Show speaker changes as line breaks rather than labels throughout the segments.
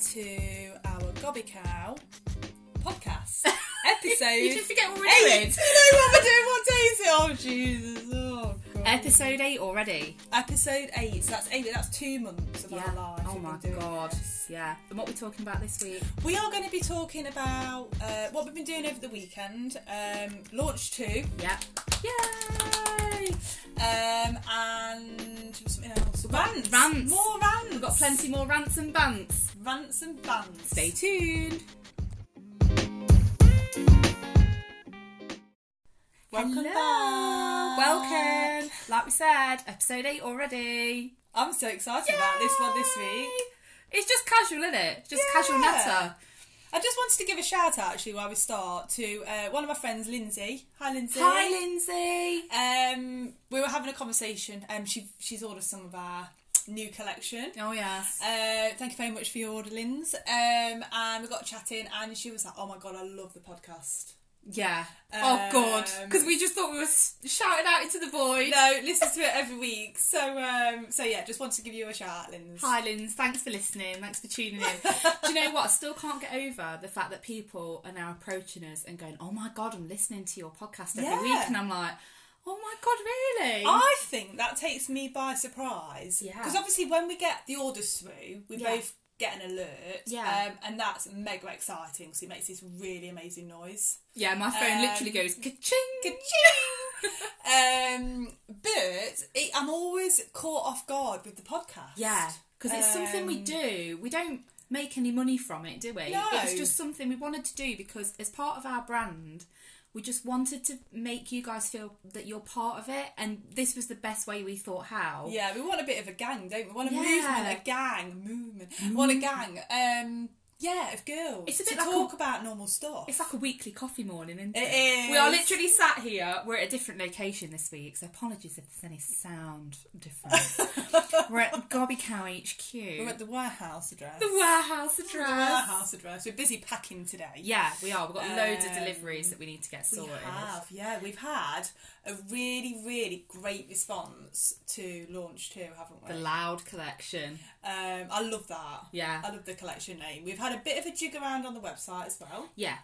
to our Gobby Cow podcast
You
episode
just forget what we're doing.
eight. You know what we're doing? What day is it? Oh Jesus! Oh God.
Episode eight already.
episode eight. So that's eight. That's two months of
Yeah.
our life. we've
Oh
been
my
doing
god.
this.
Yeah. And what we're talking about this week?
We are going to be talking about uh, what we've been doing over the weekend. Um, launch two.
Yeah. Yay!
Um, and something else. Rants.
rants.
More rants.
We've got plenty more rants and bants.
Rants and bands.
Stay tuned.
Welcome
Hello.
back.
Welcome. Like we said, episode eight already.
I'm so excited about this one this
Yay.
week.
It's just casual, isn't it? Just casual
Yeah.
natter.
I just wanted to give a shout out actually while we start to uh, one of my friends, Lindsay. Hi, Lindsay.
Hi, Lindsay.
Um, we were having a conversation. Um, she she's ordered some of our new collection.
Oh yes.
Uh, thank you very much for your order, Linz. Um, and we got chatting, and she was like, "Oh my god, I love the podcast."
Yeah. oh god.
Um,
Because we just thought we were s- shouting out into the void.
No, listens to it every week. So, um, so yeah, just wanted to give you a shout out, Linz.
Hi, Linz. Thanks for listening. Thanks for tuning in. Do you know what? I still can't get over the fact that people are now approaching us and going, "Oh my god, I'm listening to your podcast every
Yeah. Oh,
week," and I'm like, "Oh my god, really?"
I think that takes me by surprise.
Yeah.
Because obviously, when we get the orders through, we
Yeah.
both get an alert.
Yeah.
Um, and that's mega exciting because it makes this really amazing noise.
yeah, my phone
Um,
literally goes ka-ching.
um, but it, I'm always caught off guard with the podcast.
Yeah, because it's something we
Um,
do. We don't make any money from it, do we?
No.
It's just something we wanted to do because as part of our brand, we just wanted to make you guys feel that you're part of it, and this was the best way we thought how.
Yeah, we want a bit of a gang, don't we? We want a
Yeah.
movement, a gang, movement. We want a gang. Um, yeah, of girls.
It's a bit
to
like a-
talk about normal stuff.
It's like a weekly coffee morning, isn't it?
It
We are
is.
literally sat here. We're at a different location this week, so apologies if there's any sound difference. we're at Gobby Cow HQ.
We're at the warehouse address.
the warehouse
The
address.
warehouse address. We're busy packing today.
Yeah, we are. We've got loads of
Um,
deliveries that we need to get
We
sorted.
have, yeah, we've had a really, really great response to launch two, haven't we?
The Loud Collection.
um, I love that.
Yeah.
I love the collection name. We've had a bit of a jig around on the website as well.
Yeah.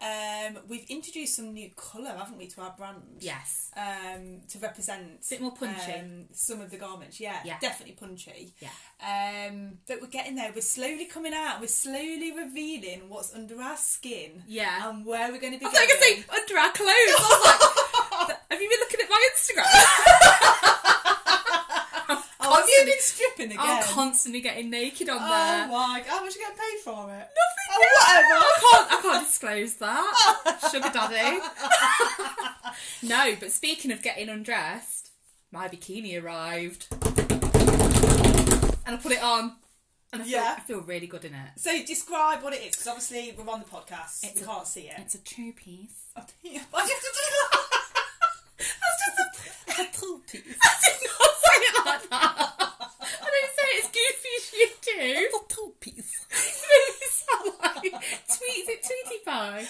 Um, we've introduced some new colour, haven't we, to our brand?
Yes.
Um, to represent
Bit more punchy.
um, some of the garments. Yeah,
Yeah.
definitely punchy.
Yeah.
Um, but we're getting there. We're slowly coming out. We're slowly revealing what's under our skin.
Yeah.
And where we're going to be.
I thought you
going.
were going to say under our clothes. I was like, have you been looking at my Instagram?
Oh, have you
Constantly-
been stripping again?
I'm constantly getting naked on
Oh
there.
my god, how much are you getting paid for it?
Nothing.
Oh, whatever.
I can't. I can't disclose that. Sugar daddy. no, but speaking of getting undressed, my bikini arrived, and I put it on, and I feel,
Yeah.
I feel really good in it.
So describe what it is, because obviously we're on the podcast,
It's
we
a-
can't see it.
It's a two piece.
Why do you have to do that? That's just a, cool piece.
I did not say it like that. I don't say it as goofy as you do.
It's a cool piece.
You sound like Tweet, is it Tweety Pie?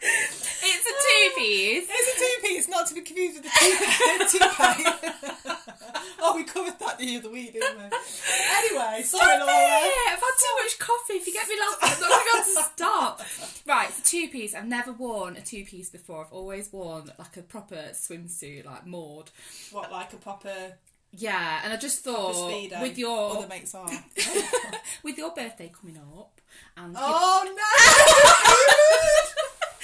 it's a two piece.
It's a two-piece, not to be confused with the two- the toupee. oh, we covered that the other week, didn't we? Anyway, sorry,
Stop
Laura.
it! I've had too much coffee. If you get me laughing, I'm not going to be able to stop. Right, it's a two piece. I've never worn a two piece before. I've always worn like a proper swimsuit, like Maud.
What, like a proper
Yeah, and I just thought
speedo?
with your
Other mates are.
with your birthday coming up, and
oh no!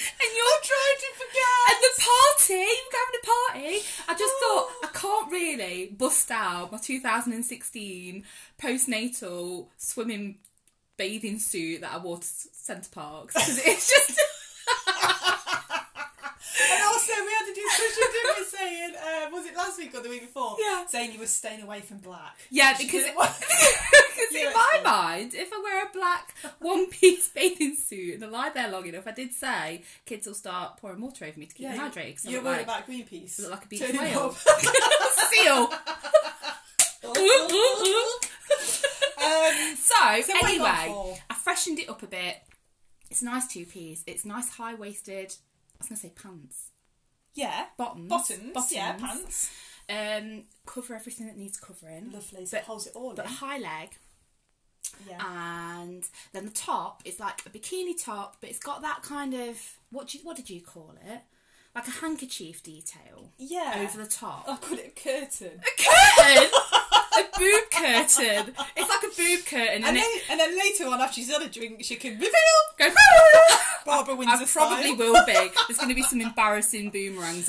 and you're trying to
forget.
and the party. We're having a party. I just thought I can't really bust out my 2016 postnatal swimming bathing suit that I wore to Centre Parks because it's just.
And also, we had a discussion, didn't we, saying, uh, was it last week or the week before?
Yeah.
Saying you were staying away from black.
Yeah,
She
because
didn't
it,
want-
because
Yeah,
in my
it's
mind, if I wear a black one piece bathing suit and I lie there long enough, I did say kids will start pouring water over me to keep me
Yeah,
hydrated. 'cause I
You're
look
worried
like,
about Greenpeace.
look like a beach
Turning
whale.
up.
Seal. Ooh, ooh, ooh.
um,
So,
So what you
anyway,
gone for?
I freshened it up a bit. It's a nice two piece. It's nice high waisted. I was gonna say pants,
yeah.
bottoms,
Bottoms, yeah, pants.
Uh, um, cover everything that needs covering.
Lovely. So
But,
it holds it all
but a
in.
high leg,
Yeah.
and then the top is like a bikini top, but it's got that kind of what do you, what did you call it? Like a handkerchief detail
yeah.
over the top.
I call it a curtain.
curtain, a boob curtain. It's like a boob curtain, and,
And
it
then, and then later on, after she's had a drink, she can reveal
goes.
Barbara
I
Windsor
probably
style.
will be. There's going to be some embarrassing boomerangs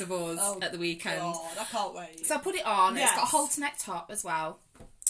of us
Oh,
at the weekend.
God, I can't wait.
So I put it on. and It's got a
Yes.
halter neck top as well,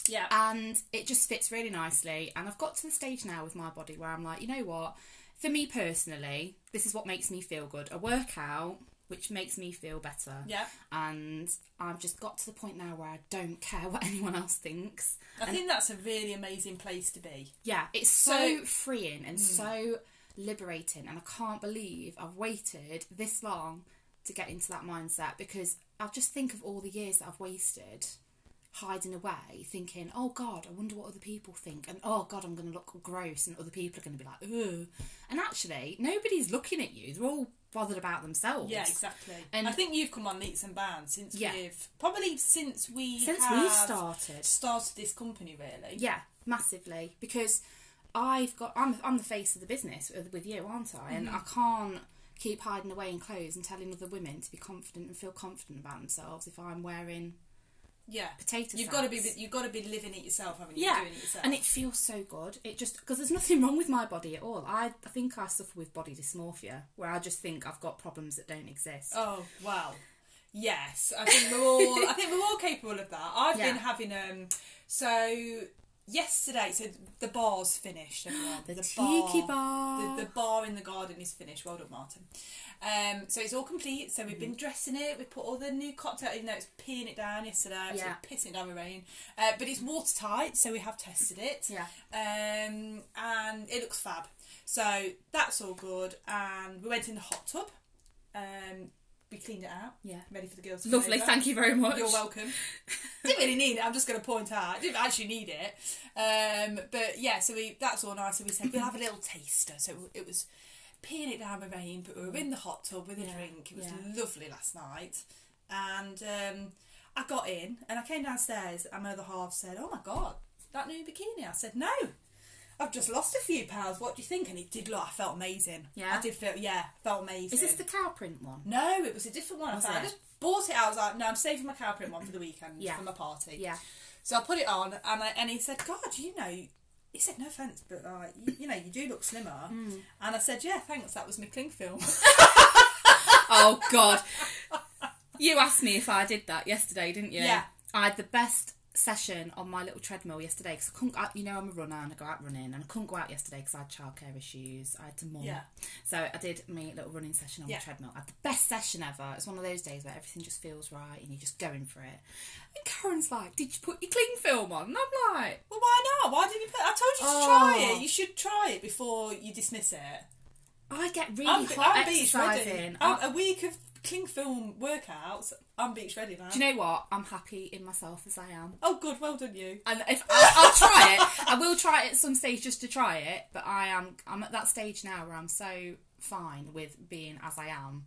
yeah.
and it just fits really nicely. And I've got to the stage now with my body where I'm like, you know what? For me personally, this is what makes me feel good. A workout which makes me feel better.
yeah.
And I've just got to the point now where I don't care what anyone else thinks.
I think that's a really amazing place to be.
Yeah, it's so,
So- Mm.
freeing and so liberating, and I can't believe I've waited this long to get into that mindset because I just think of all the years that I've wasted hiding away, thinking, "Oh God, I wonder what other people think," and "Oh God, I'm going to look gross," and other people are going to be like, "Ugh," and actually, nobody's looking at you; they're all bothered about themselves.
Yeah, exactly.
And-
I think you've come on leaps and bounds since
Yeah.
we've probably since we
Since
have
we started,
started this company really.
Yeah, massively. Because I've got I'm I'm the face of the business with, with you, aren't I?
Mm-hmm.
And I can't keep hiding away in clothes and telling other women to be confident and feel confident about themselves if I'm wearing
Yeah.
potato.
You've got to be
sacks.
you've got to be living it yourself, haven't you?
yeah,
Doing it yourself.
and it feels so good. It just because there's nothing wrong with my body at all. I, I think I suffer with body dysmorphia, where I just think I've got problems that don't exist.
Oh wow. Yes, I think we're all. I think we're all capable of that. I've been
Yeah.
having um. So yesterday, so the bar's finished. Everyone.
The tiki bar.
The,
Oh.
the bar in the garden is finished. Well done, Martin. Um, so it's all complete. So we've
Mm.
been dressing it. We put all the new cocktail, even though it's peeing it down yesterday. It's
Yeah.
pissing down with rain. Uh, but it's watertight, so we have tested it.
Yeah.
Um, and it looks fab. So that's all good. And we went in the hot tub. Um, we cleaned it out.
Yeah.
Ready for the girls. to come
Lovely,
over.
thank you very much.
You're welcome. didn't really need it. I'm just going to point out. Didn't actually need it. Um, but yeah, so we that's all nice. So we said we'll have a little taster. So it was peeing it down with rain, but we were in the hot tub with a
Yeah,
drink. It was
yeah.
lovely last night, and um, I got in and I came downstairs. And my other half said, "Oh my god, that new bikini." I said, "No." I've just lost a few pounds. What do you think? And it did look. I felt amazing.
Yeah?
I did feel. Yeah, felt amazing.
Is this the cow print one?
No, it was a different one. I,
Was
found. I
it?
just bought it. I was like, no, I'm saving my cow print one for the weekend
Yeah.
for my party.
Yeah,
So I put it on, and I, and he said, God, you know, he said, no offense, but like, you, you know, you do look slimmer.
Mm.
And I said, yeah, thanks. That was my cling film.
oh god you asked me if i did that yesterday didn't you
Yeah.
i had the best session on my little treadmill yesterday because i couldn't I, you know i'm a runner and i go out running and i couldn't go out yesterday because i had childcare issues i had to mum
Yeah.
so i did my little running session on
Yeah.
the treadmill i had the best session ever it's one of those days where everything just feels right and you're just going for it and karen's like did you put your cling film on and i'm like
well, why not? Why didn't you put? I told you to try
Oh.
it. You should try it before you dismiss it.
i get really
I'm,
hot
I'm beach ready.
exercising I-
I'm, a week of cling film workouts. I'm beach ready now.
do you know what i'm happy in myself as i am
oh, good. Well done, you.
And if I'll, I'll try it, I will try it at some stage just to try it. But I am I'm at that stage now where I'm so fine with being as I am.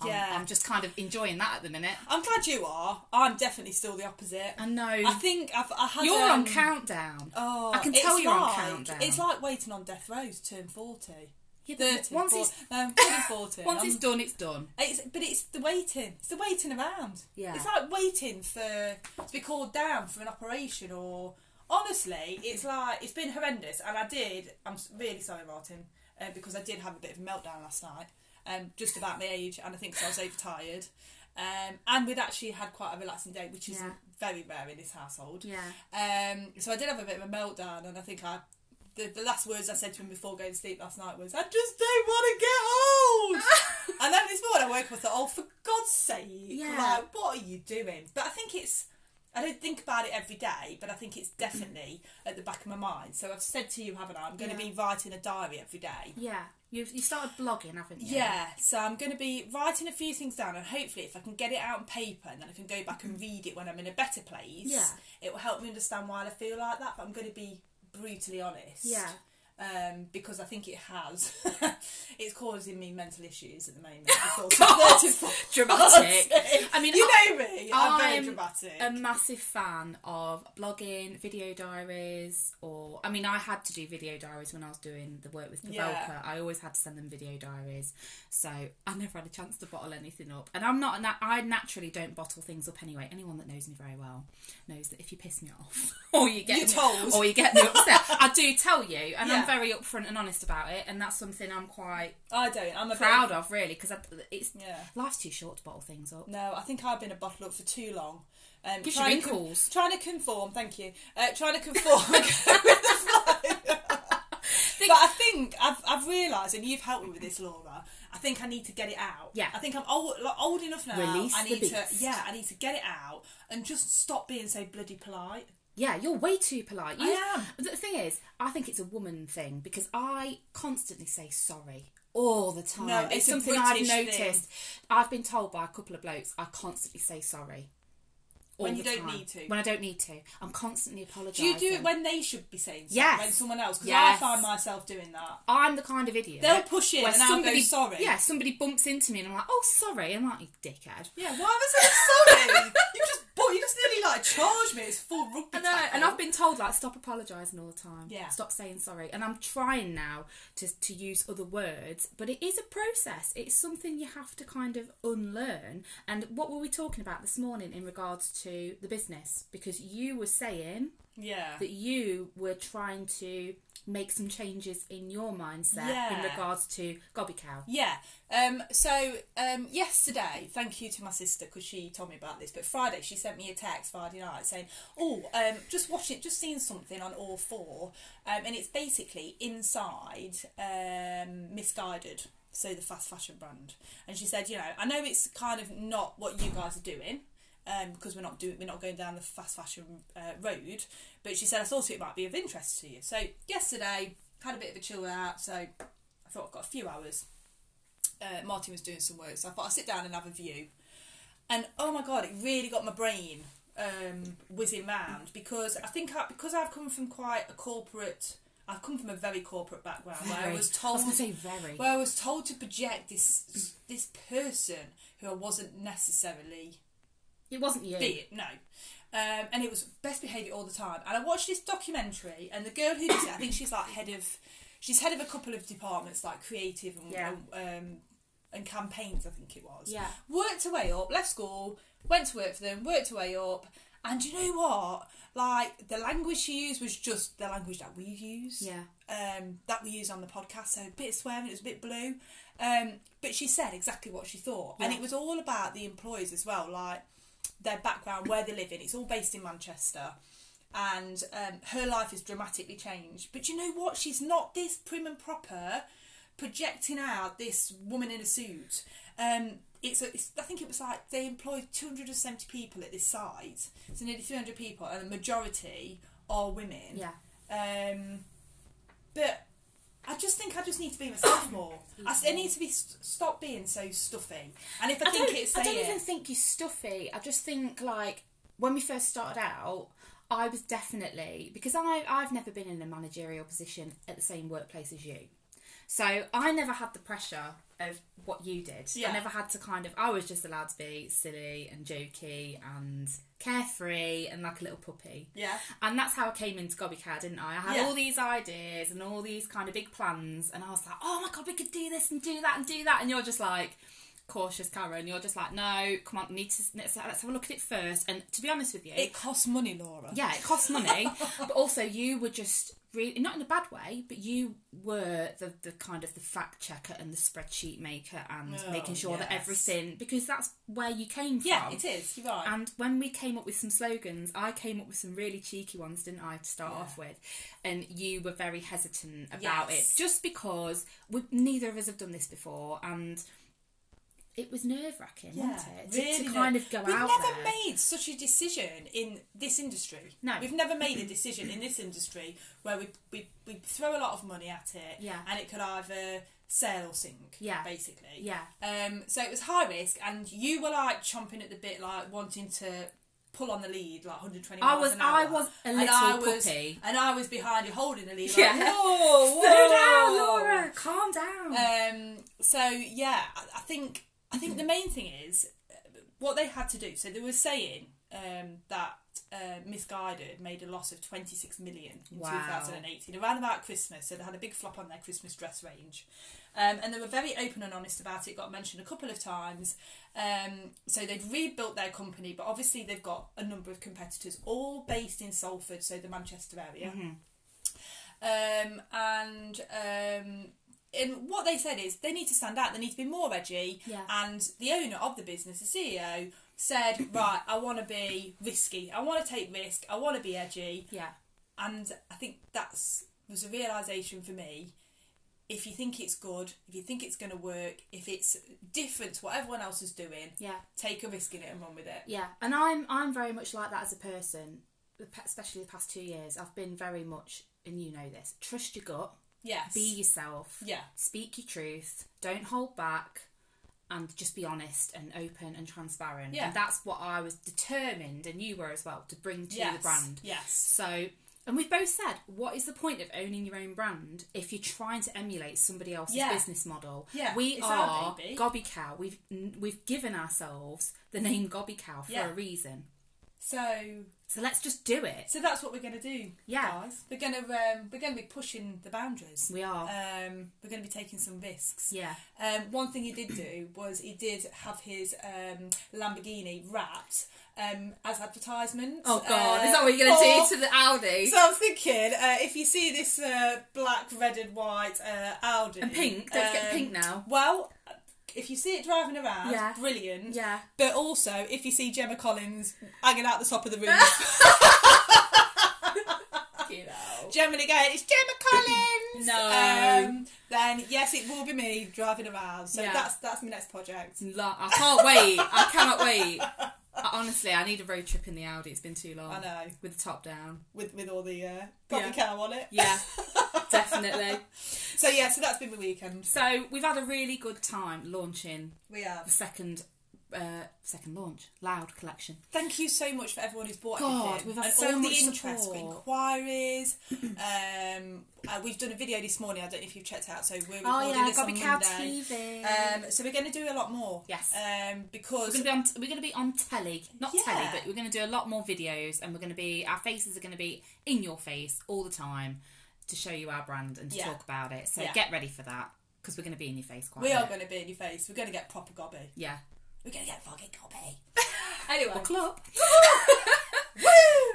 I'm-
Yeah.
I'm, just kind of enjoying that at the minute.
I'm glad you are. I'm definitely still the opposite.
I know
I think I've, I had.
you're
um,
on countdown.
Oh,
I can
it's
tell you're on
like,
countdown.
It's like waiting on death row to turn forty.
Yeah, but
30,
once
four-
it's
no, turning 40.
once
I'm-
it's done, it's done.
it's- but it's the waiting. It's the waiting around.
Yeah.
It's like waiting for to be called down for an operation or honestly, it's like it's been horrendous. And I did. I'm s- really sorry, Martin, uh, because I did have a bit of a meltdown last night. Um, just about my age, and I think 'cause I was overtired. Um, and we'd actually had quite a relaxing day, which is
Yeah.
very rare in this household.
Yeah.
Um, so I did have a bit of a meltdown, and I think I, the, the last words I said to him before going to sleep last night was, "I just don't want to get old." and then this morning I woke up and thought, "Oh, for God's sake!
Yeah.
Like, what are you doing?" But I think it's. I don't think about it every day, but I think it's definitely at the back of my mind. So I've said to you, haven't I? I'm going to
Yeah.
be writing a diary every day.
Yeah, you've you started blogging, haven't you?
Yeah, so I'm going to be writing a few things down, and hopefully, if I can get it out on paper and then I can go back and read it when I'm in a better place,
Mm-hmm. Yeah.
it will help me understand why I feel like that. But I'm going to be brutally honest.
Yeah.
um, because I think it has. it's causing me mental issues at the moment. Of course, I'm 34.
Dramatic. I mean,
you
I-
know me. I'm, very
I'm um,
dramatic.
a massive fan of blogging, video diaries, or I mean, I had to do video diaries when I was doing the work with Pavelka.
Yeah.
I always had to send them video diaries, so I never had a chance to bottle anything up. And I'm not, na- I naturally don't bottle things up anyway. Anyone that knows me very well knows that if you piss me off or you get
You're
me-
told.
or you get me upset, I do tell you, and
Yeah.
I'm very upfront and honest about it. And that's something I'm quite
I don't. I'm a bit-
proud of, really, because it's
Yeah.
life's too short to bottle things up.
No, I think I've been a bottle up for too long. Um,
Gives you
trying to con-
wrinkles.
trying to conform. Thank you. Uh, trying to conform. go with the flow. but I think I've, I've realised, and you've helped me with this, Laura. I think I need to get it out.
Yeah.
I think I'm old, like, old enough now.
Release
I
the
need to.
beast.
Yeah, I need to get it out and just stop being so bloody polite.
Yeah, you're way too polite. You,
I
The thing is, I think it's a woman thing because I constantly say sorry all the time.
No, it's
it's,
a
something I've
British
noticed.
thing.
I've been told by a couple of blokes I constantly say sorry. all
When you
the
don't
time.
need to.
When I don't need to, I'm constantly
Do
apologising.
you do it when they should be saying? something?
Yes.
When someone else, because
Yes.
I find myself doing that.
I'm the kind of idiot.
They'll push in
where
and I'll go, "Sorry."
Yeah, somebody bumps into me and I'm like, oh sorry, I'm like, you dickhead.
Yeah, why am I saying sorry? you just bought, you just nearly like charged me. It's full rugby.
I know, and
tackle.
I've been told like stop apologising all the time.
Yeah.
Stop saying sorry. And I'm trying now to to use other words, but it is a process. It's something you have to kind of unlearn. And what were we talking about this morning in regards to the business? Because you were saying
Yeah.
that you were trying to make some changes in your mindset in
Yeah.
regards to gobby cow.
Yeah. Um, so um, yesterday, thank you to my sister because she told me about this. But Friday, she sent me a text Friday night saying, "Oh, um, just watching, just seen something on All Four, um, and it's basically inside um, misguided." So the fast fashion brand, and she said, "You know, I know it's kind of not what you guys are doing." um, because we're not doing we're not going down the fast fashion uh, road. But she said I thought it might be of interest to you. So yesterday had a bit of a chill out. So I thought I've got a few hours. Uh, Martin was doing some work, so I thought I'd sit down and have a view. And oh my god, it really got my brain um, whizzing round because I think I, because I've come from quite a corporate. I've come from a very corporate background where I
Very.
was
I
told
was gonna say very.
where I was told to project this this person who I wasn't necessarily
it wasn't you.
be it, no. Um, and it was best behaviour all the time. And I watched this documentary, and the girl who does it, I think she's like head of, she's head of a couple of departments like creative and
Yeah.
um, and campaigns. I think it was.
Yeah.
Worked her way up, left school, went to work for them, worked her way up, and you know what? Like the language she used was just the language that we use
Yeah.
um, that we use on the podcast. So a bit of swearing, it was a bit blue. Um, but she said exactly what she thought. And
Yeah.
it was all about the employees as well, like their background, where they live in. It's all based in Manchester. And um, her life has dramatically changed. But you know what? She's not this prim and proper projecting out this woman in a suit. Um, it's, a, it's I think it was like they employed 270 people at this site, so nearly 300 people, and the majority are women.
Yeah.
Um, but I just think I just need to be myself more. I, s- I need to be st- stop being so stuffy. And if I, think
don't,
it's
I
saying,
don't even think you're stuffy. I just think like when we first started out, I was definitely because I I've never been in a managerial position at the same workplace as you, so I never had the pressure of what you did. I
Yeah.
never had to kind of. I was just allowed to be silly and jokey and carefree and like a little puppy.
yeah,
And that's how I came into Gobby Cow, didn't I? I had
Yeah.
all these ideas and all these kind of big plans, and I was like, oh my god, we could do this and do that and do that. And you're just like, cautious, Karen. You're just like, no, come on, we need to let's, let's have a look at it first. And to be honest with you,
it costs money, Laura.
yeah, it costs money, but also you were just really not in a bad way, but you were the, the kind of the fact checker and the spreadsheet maker and
Oh,
making sure that
yes.
everything because that's where you came from.
yeah, it is. You're right.
And when we came up with some slogans, I came up with some really cheeky ones, didn't I, to start
Yeah.
off with? And you were very hesitant about
Yes.
it, just because we, neither of us have done this before, and it was nerve wracking, wasn't it? To, to
nerve-
kind of go
We've
out
never
there.
made such a decision in this industry.
No.
We've never made a decision in this industry where we, we, we throw a lot of money at it
Yeah.
and it could either sail or sink,
Yeah.
basically.
Yeah.
Um, so it was high risk and you were like chomping at the bit, like wanting to pull on the lead like 120
I
miles
was
an hour.
I was a
And
little
I was-
puppy.
and I was behind you holding the lead. Like,
Yeah.
Whoa, whoa.
Slow down, Laura. Calm down.
Um, so yeah, I, I think I think the main thing is uh, what they had to do. So they were saying um, that uh, Misguided made a loss of 26 million in
Wow.
2018, around about Christmas. So they had a big flop on their Christmas dress range. Um, and they were very open and honest about it. Got mentioned a couple of times. Um, so they'd rebuilt their company, but obviously they've got a number of competitors, all based in Salford, so the Manchester area. Um, and um, and what they said is they need to stand out. They need to be more edgy.
Yeah.
And the owner of the business, the CEO, said, "Right, I want to be risky. I want to take risk. I want to be edgy."
yeah.
And I think that's was a realization for me. If you think it's good, if you think it's going to work, if it's different to what everyone else is doing,
Yeah.
take a risk in it and run with it.
Yeah, and I'm I'm very much like that as a person, especially the past two years. I've been very much, and you know this, trust your gut,
Yes.
be yourself,
yeah.
speak your truth, don't hold back, and just be honest and open and transparent.
Yeah.
And that's what I was determined, and you were as well, to bring to
Yes.
the brand.
Yes.
So, and we've both said, what is the point of owning your own brand if you're trying to emulate somebody else's
Yeah.
business model?
Yeah,
we
it's our
are
baby.
Gobby Cow. We've we've given ourselves the name Gobby Cow for
Yeah.
a reason.
So
So let's just do it.
So that's what we're going to do,
Yeah.
guys. We're going to um, we're going to be pushing the boundaries.
We are.
Um, we're going to be taking some risks.
Yeah.
Um, one thing he did do was he did have his um, Lamborghini wrapped um, as advertisement.
Oh God, is that what you're
uh,
going to
for-
do to the Aldi?
So I was thinking, uh, if you see this uh, black, red, and white uh, Audi
and pink. Don't forget
um,
pink now.
Well, if you see it driving around,
Yeah.
brilliant.
Yeah.
But also, if you see Gemma Collins hanging out the top of the roof,
You know.
Gemini again, it's Gemma Collins.
No.
Um, then yes, it will be me driving around. So
Yeah.
that's that's my next project.
I can't wait. I cannot wait. I- honestly, I need a road trip in the Aldi. It's been too long.
I know
With the top down.
with with all the uh, copy
Yeah.
cow on it.
Yeah, definitely.
So yeah, so that's been my weekend.
So we've had a really good time launching
We
the
have.
second uh, second launch, Loud Collection.
Thank you so much for everyone who's bought
God,
everything.
we've had
and
so
all
much
the interest,
support.
inquiries. um, uh, we've done a video this morning. I don't know if you've checked out. So we're
Oh
recording
yeah,
this
Gobby
on
Cow
Monday.
TV.
Um, so we're going to do a lot more.
Yes.
Um, because
Uh, we're gonna be on. We're gonna be on telly, not
Yeah.
telly, but we're gonna do a lot more videos, and we're gonna be. Our faces are gonna be in your face all the time to show you our brand and to
Yeah.
talk about it. So
Yeah.
get ready for that because we're gonna be in your face quite.
we
a
are
bit.
going to be in your face. We're going to get proper gobby.
Yeah.
We're going to get fucking gobby. anyway.
Buckle up.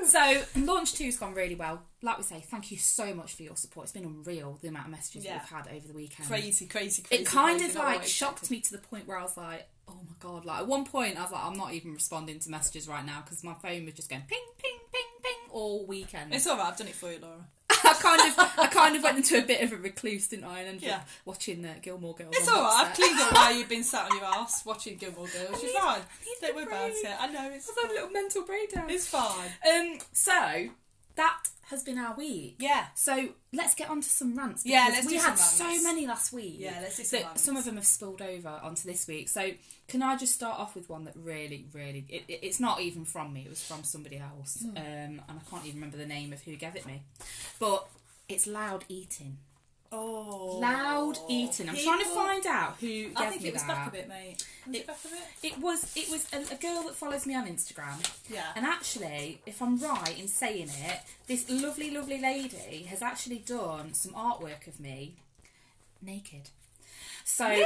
So launch two's gone really well. Like we say, thank you so much for your support. It's been unreal the amount of messages
Yeah.
we've had over the weekend.
crazy, crazy, crazy.
It kind
crazy,
of
not what
like
I
shocked
expected.
me to the point where I was like, oh my god! Like at one point, I was like, I'm not even responding to messages right now because my phone was just going ping, ping, ping, ping all weekend.
It's alright, I've done it for you, Laura.
I kind of, I kind of went into a bit of a recluse, didn't I? And ended
Yeah.
up watching uh, Gilmore Girls.
It's
on
alright, I've
Dubstep.
cleaned up where you've been sat on your ass watching Gilmore Girls. You're
need-
fine.
need
Don't
a
worry about
break.
it. I know, it's,
I've had a little mental breakdown.
it's fine.
Um, so that has been our week.
Yeah.
So let's get on to some rants.
Yeah,
because
let's
we
do
had
some rants.
so many last week.
Yeah, let's do
that
some rants.
Some of them have spilled over onto this week. So can I just start off with one that really, really? It, it- it's not even from me. It was from somebody else,
Hmm.
um, and I can't even remember the name of who gave it me. But it's loud eating.
Oh.
Loud eating. I'm trying to
People-
find out who gave
I think
me
it was
that.
back a bit, mate. Was it,
It-
back a bit?
It was it was a, a girl that follows me on Instagram.
Yeah.
And actually, if I'm right in saying it, this lovely, lovely lady has actually done some artwork of me naked. So
Really?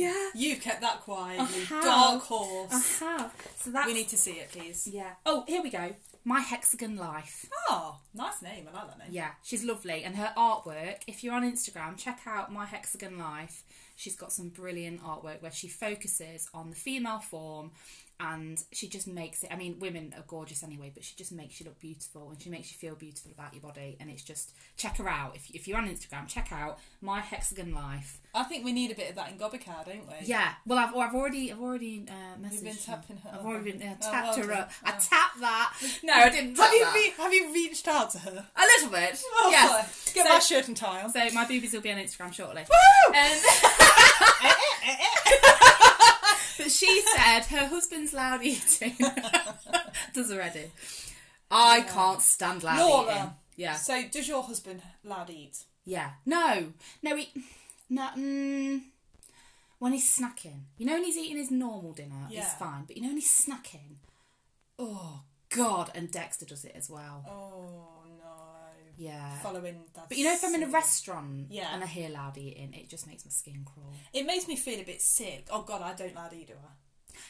Yeah.
You've kept that quiet,
I
you
have.
dark
I
horse.
have. So that's
We need to see it, please.
yeah. Oh, here we go. My hexagon life.
Oh, nice name. I like that name.
Yeah, she's lovely, and her artwork. If you're on Instagram, check out my hexagon life. She's got some brilliant artwork where she focuses on the female form, and she just makes it. I mean, women are gorgeous anyway, but she just makes you look beautiful, and she makes you feel beautiful about your body. And it's just check her out if if you're on Instagram. Check out my hexagon life.
I think we need a bit of that in Gobbicar, don't we?
Yeah. Well, I've, I've already, I've already uh, messaged.
You've been tapping her.
I've already been, uh,
Oh,
tapped
well
her
done.
up. I tapped that. No, I didn't tap
Have you,
that.
re- have you reached out to her?
A little bit.
Oh,
yes.
fine. Get
So-
my shirt and tie on.
So my boobies will be on Um,
Eh,
Instagram shortly.
Woo! eh.
Um, but she said said her husband's loud eating. Does already. I can't stand loud
Laura.
eating. Yeah.
So, does your husband lad eat?
Yeah. No. No, he. No. Mm, when he's snacking. You know, when he's eating his normal dinner, it's
Yeah.
fine. But you know, when he's snacking. Oh, God. And Dexter does it as well.
Oh no.
Yeah.
Following that.
But you know, if I'm in a restaurant
Yeah.
and I hear loud eating, it just makes my skin crawl.
it makes me feel a bit sick. Oh god, I don't lad eat, do I?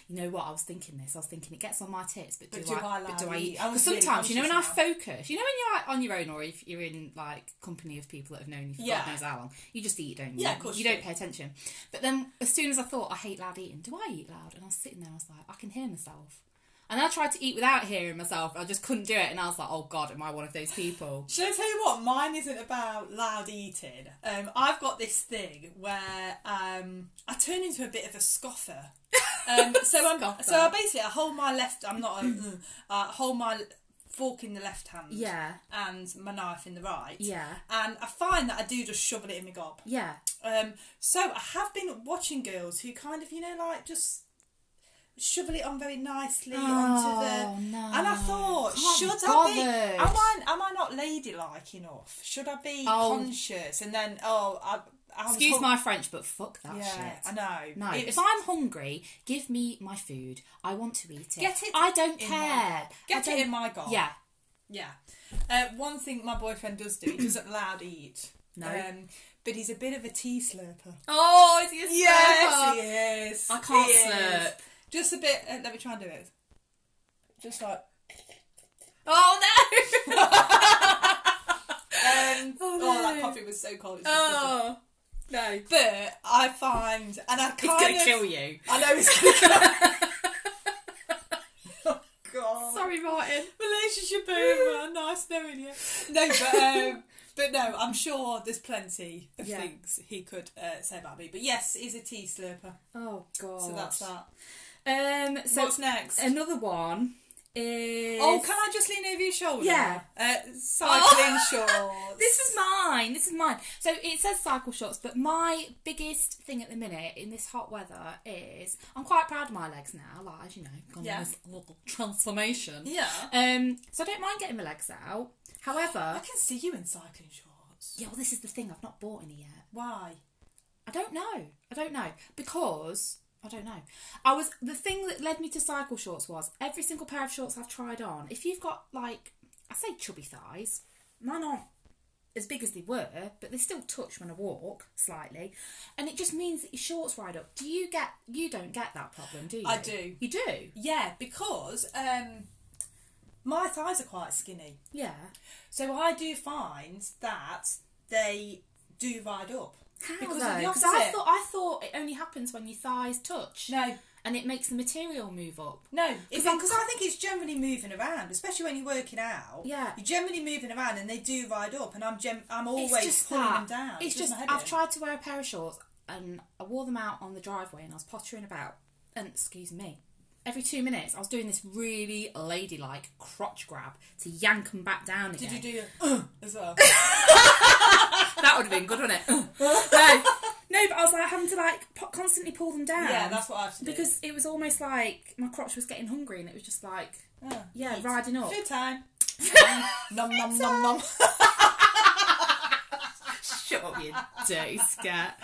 You know what? I was thinking this. I was thinking it gets on my tits, but,
But
do,
do
I,
I
But
like
do I
eat?
eat?
I was
Because
really
sometimes, you know, when I
conscious
focus, you know, when you're like on your own or if you're in like company of people that have known you for God
Yeah.
knows how long, you just eat, don't you?
Yeah, of course
You
you
don't
do.
pay attention. But then, as soon as I thought I hate loud eating, do I eat loud? And I was sitting there, I was like, I can hear myself. And I tried to eat without hearing myself. I just couldn't do it, and I was like, "Oh God, am I one of those people?"
Should I tell you what? Mine isn't about loud eating. Um, I've got this thing where um, I turn into a bit of a scoffer. Um, so I'm
Scoffer.
so I basically I hold my left. I'm not. A, mm, I hold my fork in the left hand.
Yeah,
And my knife in the right.
yeah,
And I find that I do just shovel it in my gob.
yeah.
Um, so I have been watching girls who kind of, you know, like just shovel it on very nicely onto the.
Oh, no!
And I thought,
Can't
should
be
I be?
bothered.
Am I am I not ladylike enough? Should I be
Oh.
conscious? And then, oh, I, I'm
Excuse my French, but fuck that
Yeah, I
shit.
know.
No,
It-
if I'm hungry, give me my food. I want to eat it.
Get it
I don't
in
care.
get
I
it
don't-
in my gob.
Yeah.
Yeah. Uh, one thing my boyfriend does do, he doesn't loud eat.
No.
Um, but he's a bit of a tea slurper.
Oh, is he a
he is.
I can't
He is.
slurp.
Just a bit. Uh, let me try and do it. Just like.
Oh no!
Um,
Oh,
oh,
no.
that coffee was so cold. It's disgusting.
oh no!
But I find, and I
It's
kind
gonna
of,
kill you.
I know it's gonna kill. oh God.
Sorry, Martin.
Relationship over. nice knowing you. No, but um, but no, I'm sure there's plenty of
Yeah.
things he could uh, say about me. But yes, he's a tea slurper.
Oh god.
So that's that.
Um. So
What's next?
another one is.
Oh, can I just lean over your shoulder?
Yeah.
Uh, cycling shorts.
This is mine. This is mine. So it says cycle shots, but my biggest thing at the minute in this hot weather is I'm quite proud of my legs now. Like as you know, gone
Yeah.
on this little transformation.
Yeah.
Um. So I don't mind getting my legs out.
I
However,
can see you in cycling shorts.
yeah. Well, this is the thing. I've not bought any yet.
Why?
I don't know. I don't know because I don't know. I was the thing that led me to cycle shorts was every single pair of shorts I've tried on. If you've got like I say chubby thighs, mine aren't as big as they were, but they still touch when I walk slightly, and it just means that your shorts ride up. Do you get? You don't get that problem, do you?
I do.
You do.
Yeah, because um, my thighs are quite skinny,
Yeah.
so I do find that they do ride up.
How
Because of
though?
the
Because I
opposite.
thought I thought it only happens when your thighs touch,
No,
and it makes the material move up.
no, because
I'm-
I think it's generally moving around, especially when you're working out.
Yeah.
you're generally moving around, and they do ride up. And I'm gem- I'm always pulling them down.
It's
does
just
my head
I've
in.
tried to wear a pair of shorts and I wore them out on the driveway and I was pottering about. And excuse me, every two minutes I was doing this really ladylike crotch grab to yank them back down again.
Did you do a, uh, as well?
that would have been good, wouldn't it? no, no, but I was like having to like po- constantly pull them down.
yeah, that's what I have to do.
because it was almost like my crotch was getting hungry and it was just like
Uh,
yeah,
eat.
riding up.
Food time. nom nom nom nom.
Shut up, you dirty scat.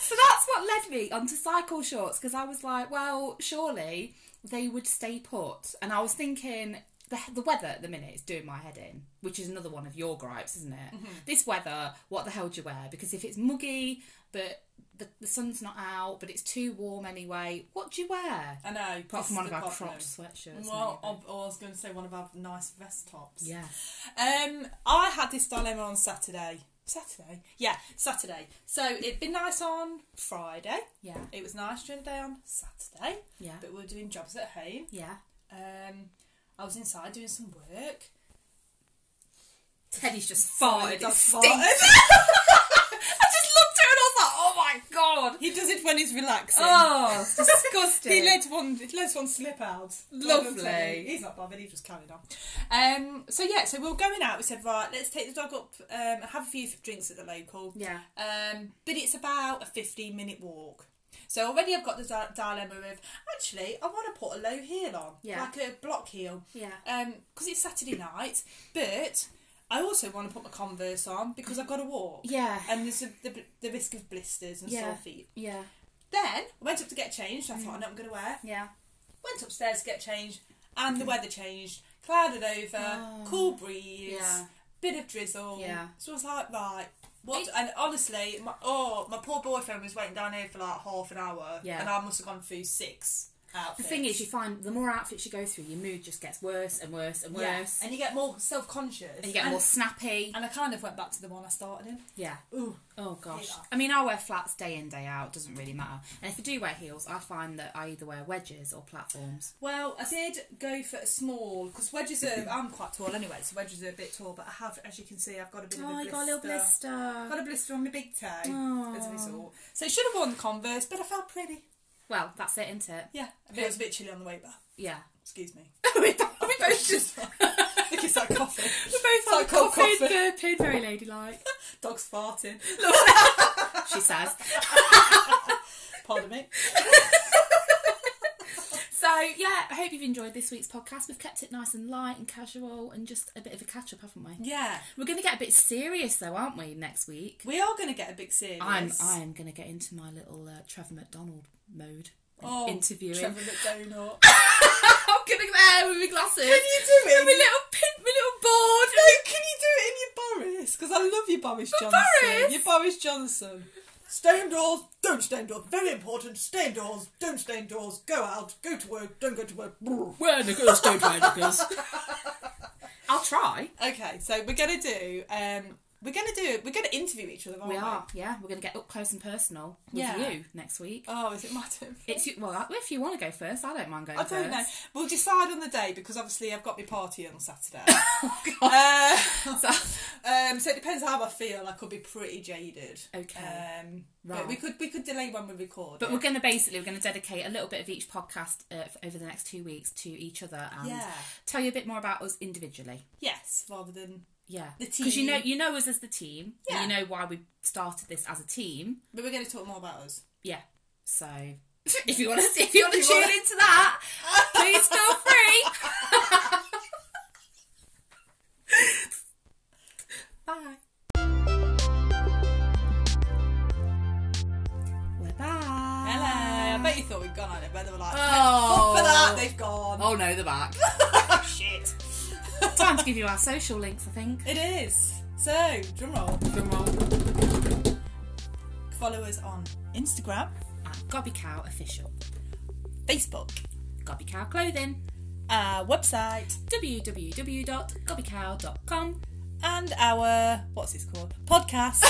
so that's what led me onto cycle shorts because I was like, well, surely they would stay put. And I was thinking, the, the weather at the minute is doing my head in, which is another one of your gripes, isn't it? This weather, what the hell do you wear? Because if it's muggy, but the, the sun's not out, but it's too warm anyway, what do you wear?
I know.
Apart
this
from
is
one of
the
our
problem.
cropped sweatshirts.
Well,
maybe.
I, I was going to say one of our nice vest tops.
yeah.
Um, I had this dilemma on Saturday. Saturday? Yeah, Saturday. So it'd been nice on Friday.
Yeah.
It was nice during the day on Saturday,
Yeah.
but we were doing jobs at home.
Yeah.
Um, I was inside doing some work.
Teddy's just
Sorry,
farted. Oh, It
dog
stinks. I
farted.
just looked at it and I was like, oh my god.
He does it when he's relaxing.
Oh, it's disgusting.
He let one he lets one slip out.
Lovely.
He's not bothered, he just carried on. Um so yeah, so we were going out, we said, right, let's take the dog up um and have a few drinks at the local.
yeah.
Um but it's about a fifteen minute walk. So already I've got the di- dilemma of actually I want to put a low heel on,
Yeah.
like a block heel,
Yeah.
because it's Saturday night. But I also want to put my Converse on because I've got to walk,
Yeah.
and there's a, the the risk of blisters and
Yeah. Mm.
sore feet.
yeah.
Then I went up to get changed. I thought I know what I'm going to wear.
Yeah.
Went upstairs to get changed, and the weather changed. Clouded over,
Oh.
cool breeze,
Yeah.
bit of drizzle.
Yeah.
So I was like, right, what? And honestly, my, oh, my poor boyfriend was waiting down here for like half an hour,
Yeah.
and I must have gone through six
The
outfits.
thing is, you find the more outfits you go through, your mood just gets worse and worse and worse.
yeah, and you get more self conscious,
and you get more snappy.
And I kind of went back to the one I started in.
Yeah.
Ooh,
Oh gosh.
that.
I mean, I wear flats day in day out. Doesn't really matter. And if I do wear heels, I find that I either wear wedges or platforms.
Well, I did go for a small because wedges are. I'm quite tall anyway, so wedges are a bit tall. But I have, as you can see, I've Oh, got a bit
Oh,
of a blister. I've
blister.
got a blister on my big toe as a
Aw.
result. So I should have worn the Converse, but I felt pretty.
Well, that's it, isn't it?
Yeah, I mean, it was a bit chilly on the way back.
Yeah.
Excuse me.
we both, we both just
Look, it's that coffee.
we both
like
like
cold
coffee,
coffee.
burping, very ladylike.
Dog's farting.
She says.
Pardon me.
So yeah, I hope you've enjoyed this week's podcast. We've kept it nice and light and casual, and just a bit of a catch up, haven't we?
Yeah,
We're going to get a bit serious though, aren't we? Next week.
we are going to get a big series.
I'm I am going to get into my little uh, Trevor McDonald mode.
oh,
interviewing.
Trevor McDonald.
I'm going to there with my glasses.
Can you do it?
With my little pin, my little board.
No, can you do it in your Boris? Because I love your Boris Johnson.
Boris?
Your Boris Johnson. Stay indoors, don't stay indoors. Very important. Stay indoors, don't stay indoors. Go out, go to work, don't go to work. Brr.
Wear knickers, don't wear knickers. I'll try.
Okay, so we're gonna do. Um, we're gonna do. We're gonna interview each other. Aren't
We are, yeah. We're going to get up close and personal with
Yeah.
you next week.
Oh, is it my turn?
It's you- well, if you want to go first, I don't mind going
I
first.
don't know. We'll decide on the day because obviously I've got my party on Saturday.
Oh,
Uh, um, so it depends how I feel. I could be pretty jaded.
Okay.
Um, But
Right.
we could we could delay when we record.
But
it.
we're going to basically we're going to dedicate a little bit of each podcast uh, f- over the next two weeks to each other and
Yeah.
tell you a bit more about us individually.
yes, rather than
Yeah,
The
because you know
team.
you know us as the team.
Yeah.
and you know why we started this as a team.
But we're going to talk more about us.
Yeah, so if you want to if you want to
If
tune
you wanna-
into that, please feel free. Bye. We're back.
Hello. I bet you thought we'd gone on it, but they were like,
Ah. Oh.
for that, they've gone.
Oh no, they're back.
Oh, shit.
Time to give you our social links, I think.
It is. So, drum roll. Follow us on Instagram,
At Gobby Cow Official.
Facebook,
Gobby Cow Clothing.
our website,
www.gobbycow.com.
and our, what's it called? Podcast.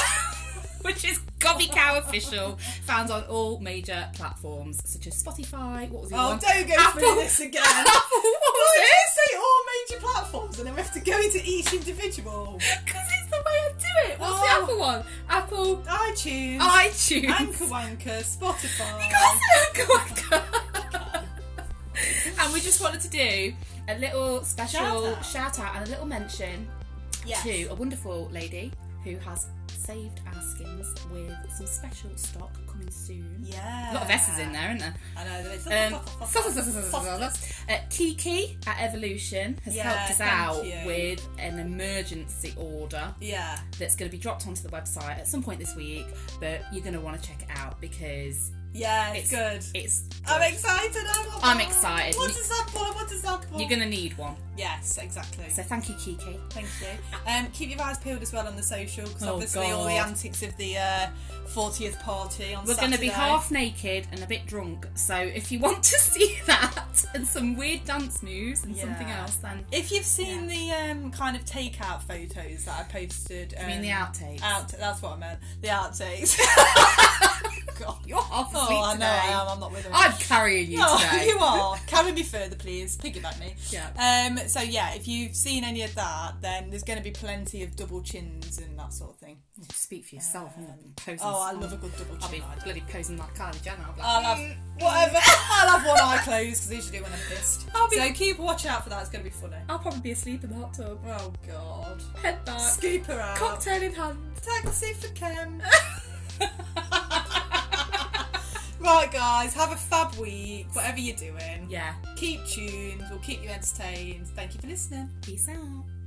Which is Gobby Cow Official. Found on all major platforms such as Spotify. What was the other
oh,
one?
don't go
Apple.
through this again.
Apple, what was
Why
it?
do you say all major platforms and then we have to go into each individual?
Because it's the way I do it. What's
Oh.
the Apple one? Apple,
iTunes,
Ah. iTunes.
Anchor Wanker, Spotify.
and we just wanted to do a little special
Shout out.
shout out and a little mention
Yes.
to a wonderful lady who has saved our skins with some special stock coming soon.
Yeah.
A lot of S's in there, isn't there?
I know. there is.
Um, uh, Kiki at Evolution has
Yeah,
helped us
thank
out
you.
with an emergency order
yeah.
that's going to be dropped onto the website at some point this week, but you're going to want to check it out because
Yeah, it's, good.
It's
I'm excited. I love
I'm
that.
excited.
What
You-
does that for? What does that for?
you're going to need one.
Yes, exactly.
So thank you, Kiki.
Thank you. Um, keep your eyes peeled as well on the social because
Oh,
obviously all the
God.
antics of the uh, 40th party on
We're going to be
Saturday.
half naked and a bit drunk, so if you want to see that and some weird dance moves and something
Yeah.
else, then
If you've seen the um, kind of takeout photos that I posted, um,
I mean the outtakes.
out that's what I meant. The outtakes. God,
You're half asleep
oh, I know
today.
I am. I'm not with her.
I'm carrying you
Oh,
today.
you are. Carry me further, please. Piggyback me.
Yeah.
Um. So yeah, if you've seen any of that, then there's going to be plenty of double chins and that sort of thing.
Speak for yourself. I'm gonna be posing-
Oh, I love a good double
I'll
chin.
be
I do.
bloody posing like Kylie Jenner. I'll be like,
I'll have Mm, whatever. I'll have one eye closed because usually when I'm pissed.
I'll be-
So keep a watch out for that. It's going to be funny.
I'll probably be asleep in the hot tub.
Oh God.
Head back,
Scoop her out.
cocktail in hand.
Taxi for Kem. Right, guys, have a fab week, whatever you're doing.
Yeah.
Keep tuned, we'll keep you entertained. Thank you for listening.
Peace out.